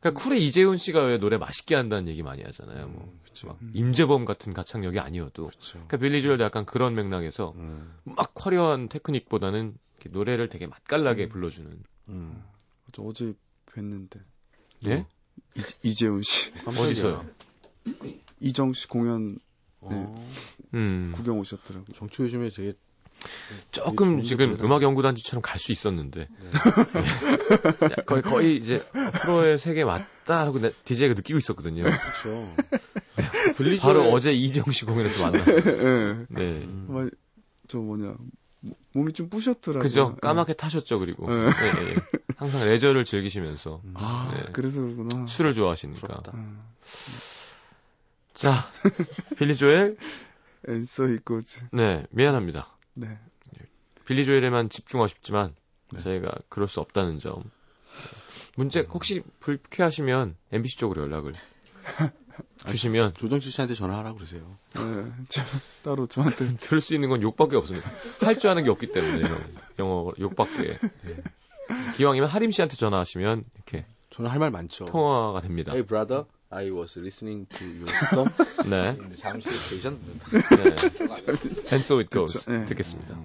S1: 그러니까 쿨의 이재훈 씨가 왜 노래 맛있게 한다는 얘기 많이 하잖아요. 뭐
S2: 음, 그렇죠.
S1: 막 임재범 같은 가창력이 아니어도.
S2: 그렇죠.
S1: 그러니까 빌리 조엘도 약간 그런 맥락에서
S2: 음.
S1: 막 화려한 테크닉보다는 이렇게 노래를 되게 맛깔나게 불러주는.
S2: 음.
S3: 저 어제 뵀는데
S1: 예?
S3: 이재훈 씨
S1: 어디서요?
S3: 이정 씨 공연
S2: 어,
S1: 음.
S3: 구경 오셨더라고요.
S2: 정치 요즘에 되게
S1: 조금
S2: 좋은
S1: 지금
S2: 느낌이다.
S1: 음악 연구단지처럼 갈 수 있었는데 네. 거의 거의 이제 프로의 세계 에 왔다라고 DJ가 느끼고 있었거든요.
S2: 그렇죠. 블리즈
S1: 바로 어제 이정 씨 공연에서 만났어요.
S3: 예.
S1: 네.
S2: 음.
S3: 아마 저 뭐냐 모- 몸이 좀 부셨더라고요.
S1: 그죠?
S3: 예.
S1: 까맣게 타셨죠, 그리고.
S3: 네.
S1: 예, 예. 항상 레저를 즐기시면서
S3: 아
S1: 네.
S3: 그래서 그러구나.
S1: 술을 좋아하시니까.
S2: 부럽다.
S3: 아.
S1: 자, 빌리 조엘.
S3: 앤서 이거지.
S1: 네, 미안합니다.
S3: 네.
S1: 빌리 조엘에만 집중하고 싶지만
S2: 네.
S1: 저희가 그럴 수 없다는 점. 문제 혹시 불쾌하시면 MBC 쪽으로 연락을 주시면
S2: 조정치 씨한테 전화하라 그러세요.
S3: 네. 저, 따로 저한테
S1: 들을 수 있는 건 욕밖에 없습니다. 할 줄 아는 게 없기 때문에 영어 욕밖에. 네. 기왕이면 하림 씨한테 전화하시면 이렇게
S2: 저는 할 말 많죠.
S1: 통화가 됩니다.
S2: Hey brother, I was listening to your song
S1: 네.
S2: in the 잠시 station.
S1: 네. And so it goes
S3: 그쵸, 예.
S1: 듣겠습니다.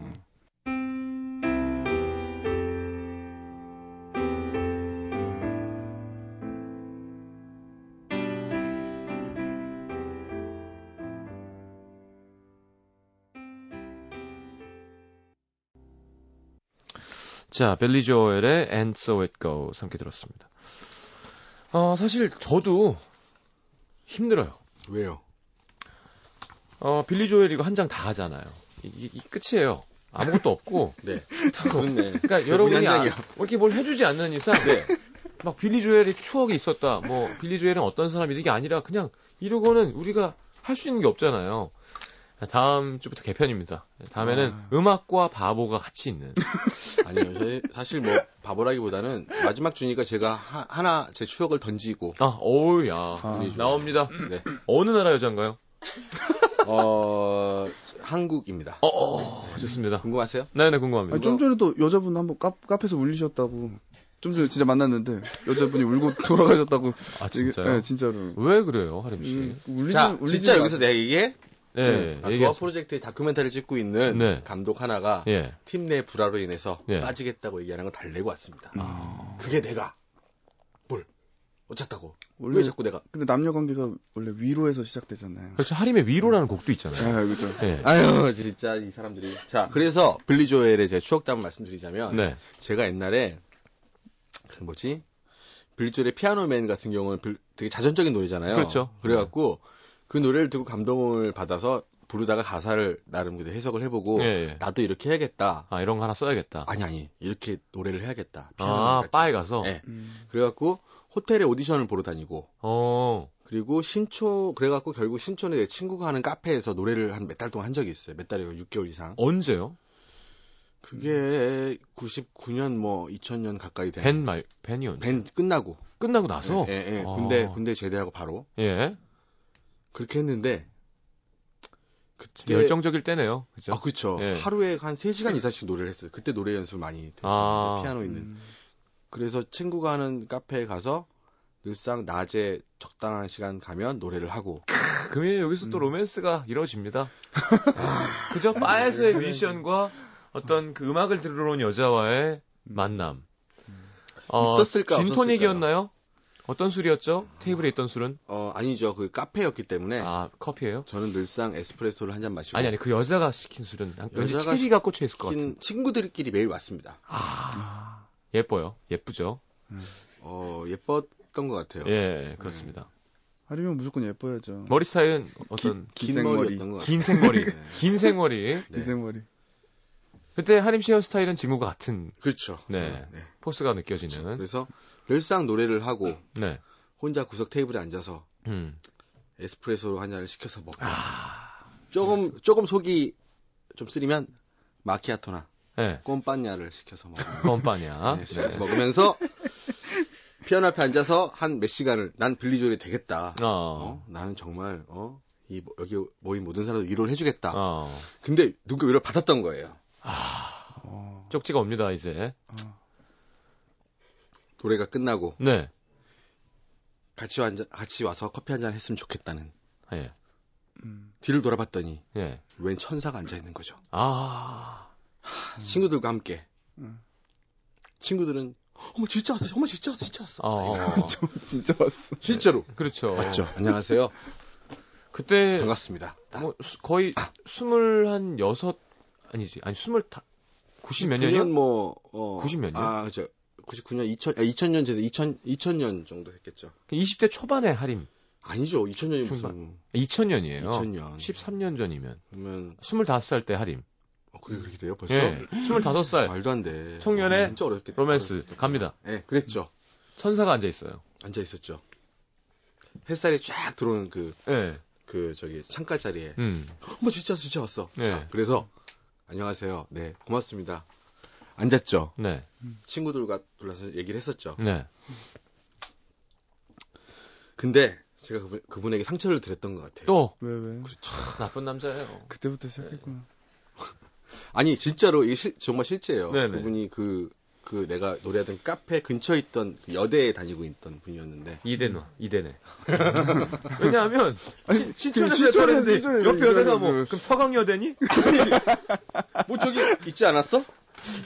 S1: 자, 벨리 조엘의 And So It Goes 함께 들었습니다. 어, 사실 저도 힘들어요.
S2: 왜요?
S1: 어, 빌리 조엘 이거 한 장 다 하잖아요. 이, 이- 이 끝이에요. 아무것도 없고.
S2: 네.
S1: 또-
S2: 그렇네.
S1: 그러니까 여러분이
S2: 한
S1: 아,
S2: 장이요.
S1: 이렇게 뭘 해주지 않는 이상
S2: 네.
S1: 막 빌리 조엘의 추억이 있었다. 뭐 빌리 조엘은 어떤 사람이 이게 아니라 그냥 이러고는 우리가 할 수 있는 게 없잖아요. 다음 주부터 개편입니다. 다음에는 음악과 바보가 같이 있는.
S2: 아니요. 저희 사실 뭐 바보라기보다는 마지막 주니까 제가 하, 하나 제 추억을 던지고
S1: 아, 어우야.
S2: 빌리 조엘.
S1: 나옵니다.
S2: 네.
S1: 어느 나라 여잔가요?
S2: 어 한국입니다.
S1: 어, 어, 좋습니다.
S2: 궁금하세요?
S1: 네네, 궁금합니다.
S3: 아니, 좀 전에도 여자분 한번 카, 카페에서 울리셨다고. 좀 전에 진짜 만났는데 여자분이 울고 돌아가셨다고.
S1: 아,
S3: 이게-
S1: 진짜요?
S3: 네, 진짜로.
S1: 왜 그래요, 하림씨?
S3: 음, 울리지,
S2: 자,
S3: 울리지
S2: 진짜
S3: 마-
S2: 여기서 내가 이게
S1: 네,
S2: 아, 도화
S1: 얘기하세요.
S2: 프로젝트의 다큐멘터리를 찍고 있는
S1: 네.
S2: 감독 하나가
S1: 예.
S2: 팀 내 불화로 인해서
S1: 예.
S2: 빠지겠다고 얘기하는 걸 달래고 왔습니다.
S3: 아.
S2: 그게 내가 뭘 어쨌다고
S3: 원래
S2: 왜 자꾸 내가
S3: 근데 남녀 관계가 원래 위로에서 시작되잖아요.
S1: 그렇죠. 하림의 위로라는 곡도 있잖아요.
S2: 그렇죠.
S3: 아, 그죠.
S1: 예.
S2: 아유 진짜 이 사람들이 자 그래서 빌리 조엘의 제 추억담을 말씀드리자면
S1: 네.
S2: 제가 옛날에 그 뭐지 빌리 조엘의 피아노맨 같은 경우는 빌- 되게 자전적인 노래잖아요.
S1: 그렇죠.
S2: 그래갖고 그 노래를 듣고 감동을 받아서 부르다가 가사를 나름 그래도 해석을 해보고
S1: 예, 예.
S2: 나도 이렇게 해야겠다.
S1: 아, 이런 거 하나 써야겠다.
S2: 아니 아니 이렇게 노래를 해야겠다.
S1: 아,
S2: 피아노맨 같이.
S1: 바에 가서?
S2: 예.
S3: 음.
S2: 그래갖고 호텔에 오디션을 보러 다니고
S1: 어,
S2: 그리고 신촌 그래갖고 결국 신촌에 내 친구가 하는 카페에서 노래를 한 몇 달 동안 한 적이 있어요. 몇 달이고 6개월 이상.
S1: 언제요?
S2: 그게 99년 뭐 2000년 가까이 된.
S1: 밴 말, 밴이 언제?
S2: 밴 끝나고.
S1: 끝나고 나서?
S2: 예, 예, 예.
S1: 아.
S2: 군대 군대 제대하고 바로
S1: 예.
S2: 그렇게 했는데
S1: 네.
S2: 그때
S1: 열정적일 때네요. 그죠?
S2: 아 그렇죠.
S1: 예.
S2: 하루에 한 3시간 이상씩 노래를 했어요. 그때 노래 연습을 많이 했었는데
S1: 아.
S2: 피아노 있는.
S3: 음.
S2: 그래서 친구가 하는 카페에 가서 늘상 낮에 적당한 시간 가면 노래를 하고
S1: 금요일 아, 여기서 또 로맨스가 이루어집니다. 음. 아, 네. 그죠? 바에서의 뮤지션과 어떤 그 음악을 들으러 온 여자와의 만남.
S2: 있었을까,
S1: 진토닉이었나요? 어떤 술이었죠? 테이블에 있던 술은?
S2: 어 아니죠. 그 카페였기 때문에
S1: 아, 커피예요?
S2: 저는 늘상 에스프레소를 한 잔 마시고
S1: 아니, 아니, 그 여자가 시킨 술은 왠지
S2: 여자가
S1: 체리가 꽂혀있을 것 같은.
S2: 친, 친구들끼리 매일 왔습니다.
S1: 아, 예뻐요. 예쁘죠?
S2: 어 예뻤던 것 같아요.
S1: 예, 그렇습니다.
S3: 하리면 무조건 예뻐야죠.
S1: 머리 스타일은 어떤
S2: 긴
S3: 기생머리.
S2: 머리였던 것 같아요.
S1: 네. 긴 생머리,
S2: 네.
S1: 긴 생머리.
S2: 네.
S3: 기생머리.
S1: 그때 하림 씨 헤어스타일은 지구가 같은
S2: 그렇죠.
S1: 네. 포스가 느껴지는.
S2: 그래서 늘상 노래를 하고
S1: 네.
S2: 혼자 구석 테이블에 앉아서
S1: 음.
S2: 에스프레소 한 잔을 시켜서 먹고
S1: 아.
S2: 조금 조금 속이 좀 쓰리면 마키아토나
S1: 네.
S2: 꼼빠냐를 시켜서 먹고
S1: 건빠냐.
S2: 네, 시켜서 먹으면서 피아노 앞에 앉아서 한 몇 시간을 난 빌리조엘이 되겠다.
S1: 어.
S2: 어, 나는 정말 어, 이 모- 여기 모인 모든 사람을 위로를 해주겠다.
S1: 어.
S2: 근데 누가 위로를 받았던 거예요.
S3: 어. 아.
S1: 쪽지가 옵니다 이제.
S2: 노래가 끝나고
S1: 네.
S2: 같이 와, 같이 와서 커피 한 잔 했으면 좋겠다는
S1: 예.
S3: 음.
S2: 뒤를 돌아봤더니
S1: 예.
S2: 웬 천사가 앉아 있는 거죠.
S1: 아.
S2: 친구들과 함께.
S3: 음.
S2: 친구들은 어머 진짜 왔어, 어머 진짜 왔어, 진짜 왔어.
S1: 어.
S3: 진짜 왔어.
S2: 실제로
S1: 그렇죠.
S2: 맞죠. 안녕하세요.
S1: 그때
S2: 반갑습니다.
S1: 뭐 수- 거의 스물 한 여섯 아니지 아니 스물 다 구십 몇
S2: 9
S1: 년이요?
S2: 뭐, 어,
S1: 90몇 년?
S2: 아, 저, 99년, 2000, 아, 2000년 전에 2000, 2000년 정도 했겠죠.
S1: 20대 초반에 할인
S2: 아니죠. 2000년이
S1: 중반.
S2: 무슨
S1: 2000년이에요.
S2: 2000년.
S1: 13년 전이면
S2: 그러면
S1: 25살 때 할인.
S2: 어, 그게 그렇게 돼요 벌써?
S1: 예. 25살
S2: 말도 안 돼.
S1: 청년의
S2: 아, 진짜 어렵겠다.
S1: 로맨스 갑니다.
S2: 예, 그랬죠.
S1: 천사가 앉아 있어요.
S2: 앉아 있었죠. 햇살이 쫙 들어오는 그,
S1: 예.
S2: 그, 저기, 창가 자리에.
S1: 음.
S2: 어머, 진짜 왔어, 진짜 왔어.
S1: 네.
S2: 자, 그래서, 안녕하세요. 네, 고맙습니다. 앉았죠.
S1: 네.
S2: 친구들과 둘러서 얘기를 했었죠.
S1: 네.
S2: 근데, 제가 그분, 그분에게 상처를 드렸던 것 같아요.
S1: 또
S3: 왜 왜?
S1: 나쁜 남자예요.
S3: 그때부터 시작했구나.
S2: 아니 진짜로 이게 실- 정말 실제예요.
S1: 네네.
S2: 그분이 그, 그 내가 노래하던 카페 근처에 있던 그 여대에 다니고 있던 분이었는데
S1: 이대나 이대네. 왜냐하면
S3: 아니,
S1: 그 신촌에서 했는데 옆에 여대가 뭐 그럼 서강 여대니?
S2: 뭐 저기 있지 않았어?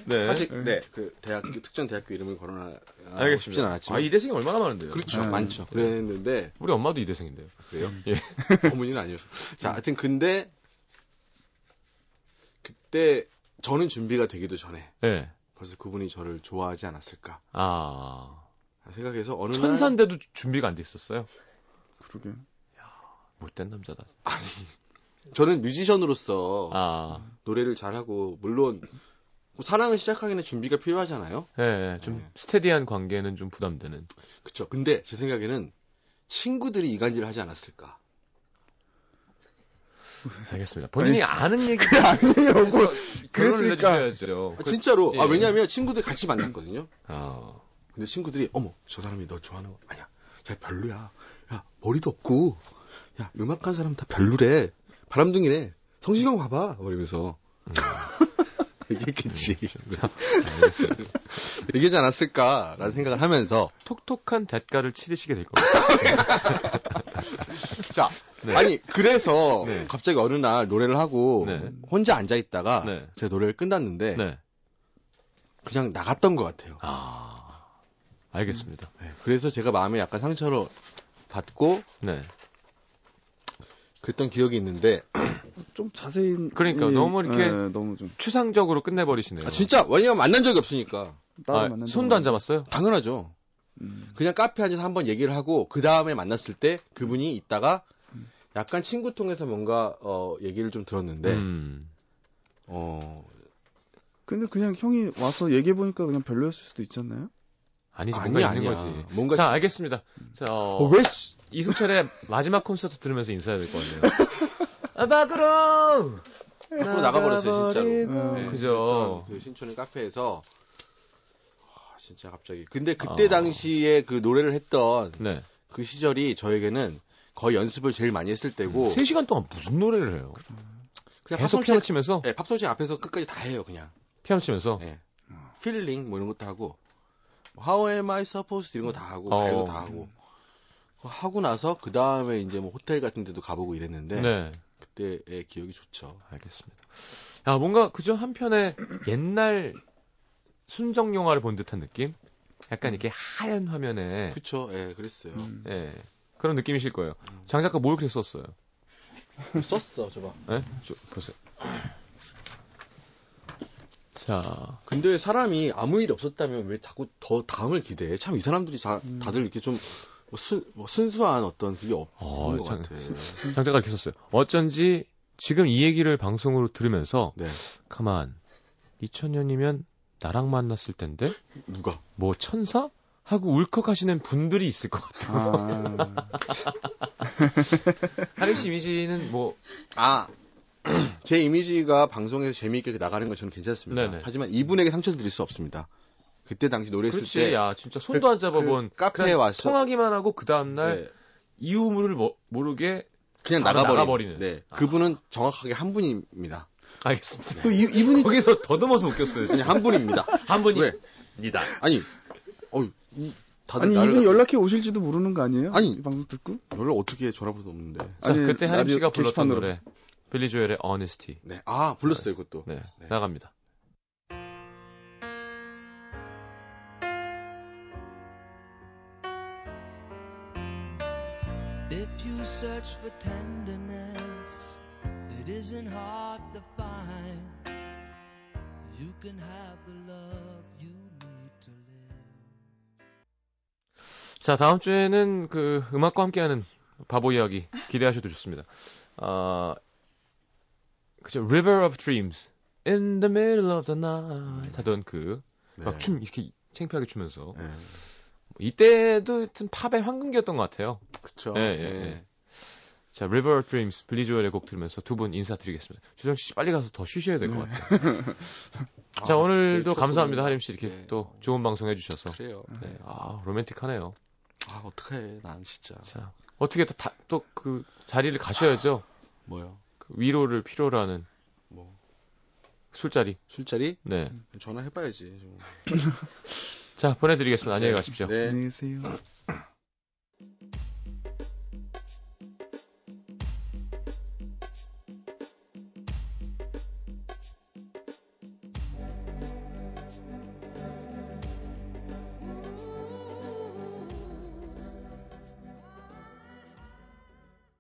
S1: 네.
S2: 사실 네그 대학교 특정 대학교 이름을 걸어놔
S1: 알겠습니다.
S2: 싶진 않았지만
S1: 아 이대생이 얼마나 많은데요?
S2: 그렇죠
S3: 네.
S2: 많죠. 그랬는데
S1: 우리 엄마도 이대생인데요.
S2: 그래요?
S1: 예. 음.
S2: 어머니는 아니었어. 자, 하여튼 근데 그때 저는 준비가 되기도 전에
S1: 예.
S2: 벌써 그분이 저를 좋아하지 않았을까
S1: 아
S2: 생각해서 어느 날
S1: 천산대도 준비가 안 돼 있었어요.
S3: 그러게.
S1: 못된 남자다.
S2: 저는 뮤지션으로서
S1: 아,
S2: 노래를 잘하고 물론 뭐 사랑을 시작하기에는 준비가 필요하잖아요.
S1: 예, 예, 좀
S2: 네.
S1: 스테디한 관계는 좀 부담되는.
S2: 그쵸. 근데 제 생각에는 친구들이 이간질을 하지 않았을까.
S1: 알겠습니다. 본인이 아는 그러니까. 얘기
S3: 아니라고.
S1: 결론을
S3: 그랬으니까.
S1: 내주셔야죠.
S2: 아, 진짜로. 아,
S1: 예.
S2: 왜냐하면 친구들 같이 만났거든요.
S1: 아,
S2: 근데 친구들이 어머 저 사람이 너 좋아하는 거 아니야. 야 별로야. 야 머리도 없고. 야 음악하는 사람 다 별로래. 바람둥이네. 성시경 봐봐. 그러면서 얘기했겠지.
S1: 알겠습니다.
S2: 얘기하지 않았을까라는 생각을 하면서
S1: 톡톡한 대가를 치르시게 될 겁니다.
S2: 자 아니 그래서
S1: 네.
S2: 갑자기 어느 날 노래를 하고
S1: 네.
S2: 혼자 앉아 있다가
S1: 네.
S2: 제가 노래를 끝났는데
S1: 네.
S2: 그냥 나갔던 것 같아요.
S1: 아, 알겠습니다.
S2: 네, 그래서 제가 마음에 약간 상처를 받고
S1: 네.
S2: 그랬던 기억이 있는데
S3: 좀 자세히.
S1: 그러니까
S3: 이-
S1: 너무 이렇게-
S3: 예, 너무 좀.
S1: 추상적으로 끝내버리시네요.
S2: 아, 진짜 왜냐면 만난 적이 없으니까
S3: 따로
S1: 아,
S3: 만난
S1: 손도 안 잡았어요?
S2: 당연하죠.
S3: 음.
S2: 그냥 카페 앉아서 한번 얘기를 하고 그 다음에 만났을 때 그분이 있다가 약간 친구 통해서 뭔가 어, 얘기를 좀 들었는데
S1: 음.
S2: 어,
S3: 근데 그냥 형이 와서 얘기해 보니까 그냥 별로였을 수도 있잖아요.
S1: 아니지,
S2: 아니,
S1: 뭔가 있는
S2: 아니야.
S1: 거지.
S2: 뭔가-
S1: 자, 알겠습니다. 자, 어,
S2: 어, 왜 씨-
S1: 이승철의 마지막 콘서트 들으면서 인사해야 될 것 같네요. 아, 밖으로!
S2: 밖으로 나가버렸어요, 진짜로.
S3: 네,
S1: 그죠.
S2: 그랬던 그 신촌의 카페에서 와, 진짜 갑자기 근데 그때
S1: 아.
S2: 당시에 그 노래를 했던
S1: 네.
S2: 그 시절이 저에게는 거의 연습을 제일 많이 했을 때고
S1: 네. 세시간 동안 무슨 노래를 해요?
S2: 그냥
S1: 음. 계속
S2: 팝송책
S1: 피아노 치면서?
S2: 네, 팝송지 앞에서 끝까지 다 해요, 그냥.
S1: 피아노 치면서?
S2: 예.
S1: 어.
S2: 필링 뭐 이런 것도 하고. 뭐 How am I supposed 이런 거 다 하고,
S1: 어.
S2: 가요도 다 하고. 그거 하고 나서 그 다음에 이제 뭐 호텔 같은 데도 가보고 이랬는데
S1: 네.
S2: 그때의 기억이 좋죠.
S1: 알겠습니다. 야, 뭔가 그저 한편의 옛날 순정 영화를 본 듯한 느낌? 약간 이렇게 하얀 화면에
S2: 음. 그쵸, 예, 그랬어요.
S3: 음.
S1: 예, 그런 느낌이실 거예요.
S2: 음.
S1: 장 작가 뭘 그렇게 썼어요?
S2: 썼어, 저봐.
S1: 예? 저, 보세요. 자,
S2: 근데 사람이 아무 일 없었다면 왜 자꾸 더 다음을 기대해? 참 이 사람들이 다,
S1: 음.
S2: 다들 이렇게 좀. 뭐 순, 뭐 순수한 어떤 그게 없는
S1: 어,
S2: 음. 것
S1: 참.
S2: 같아.
S1: 장 작가 이렇게 썼어요. 어쩐지 지금 이 얘기를 방송으로 들으면서
S2: 네.
S1: 가만 2000년이면 나랑 만났을 텐데
S2: 누가?
S1: 뭐 천사? 하고 울컥하시는 분들이 있을 것 같아요.
S3: 아,
S1: 하림 씨 이미지는 뭐
S2: 아, 제 이미지가 방송에서 재미있게 나가는 건 저는 괜찮습니다.
S1: 네네.
S2: 하지만 이분에게 상처를 드릴 수 없습니다. 그때 당시 노래했을
S1: 그렇지
S2: 때
S1: 야 진짜 손도 안 잡아본
S2: 그 카페에
S1: 그냥
S2: 와서-
S1: 통하기만 하고 그 다음 날
S2: 네,
S1: 이유물을 모, 모르게
S2: 그냥
S1: 바로
S2: 나가버린,
S1: 나가버리는.
S2: 네,
S1: 아.
S2: 그분은 정확하게 한 분입니다.
S1: 알겠습니다.
S2: 또 이, 이분이
S1: 거기서 더듬어서 웃겼어요.
S2: 그냥 한 분입니다.
S1: 한
S2: 왜?
S1: 분입니다.
S2: 아니, 어이, 이- 다들
S3: 아니
S2: 나를
S3: 이분이
S2: 갖고-
S3: 연락해 오실지도 모르는 거 아니에요?
S2: 아니.
S3: 이 방송 듣고?
S2: 연락 어떻게 해? 전화번호도 없는데.
S1: 자
S3: 아니,
S1: 그때 하림
S3: 라디오
S1: 씨가 불렀던
S3: 게시판으로.
S1: 노래 빌리 조엘의 Honesty.
S2: 네, 아 불렀어요 그것도.
S1: 네,
S2: 네.
S1: 나갑니다.
S4: Honesty,
S5: If you search for tenderness, it isn't hard to find. You can have the love you need to live.
S1: 자, 다음 주에는 그 음악과 함께하는 바보 이야기 기대하셔도 좋습니다. 아, 그죠. River of Dreams. In the middle of the night. 하던 그,
S2: 네.
S1: 막 춤 이렇게 창피하게 추면서.
S2: 네.
S1: 이때도 하여튼 팝의 황금기였던 것 같아요.
S2: 그쵸. 네.
S1: 예, 예, 예. 자, River of Dreams, 빌리 조엘의 곡 들으면서 두 분 인사드리겠습니다. 주정 씨 빨리 가서 더 쉬셔야 될 것 같아요. 자,
S2: 네. 아,
S1: 오늘도
S2: 그렇죠.
S1: 감사합니다. 하림 씨 이렇게
S2: 네.
S1: 또 좋은 방송 해주셔서.
S2: 그래요.
S1: 네, 아, 로맨틱하네요.
S2: 아, 어떡해. 난 진짜.
S1: 자, 어떻게 또 그 자리를 가셔야죠.
S2: 뭐요?
S1: 그 위로를 필요로 하는
S2: 뭐. 음.
S1: 술자리.
S2: 술자리?
S1: 네.
S2: 전화해봐야지. 좀.
S1: 자, 보내드리겠습니다. 안녕히
S2: 네.
S1: 가십시오.
S2: 네.
S3: 안녕히 계세요.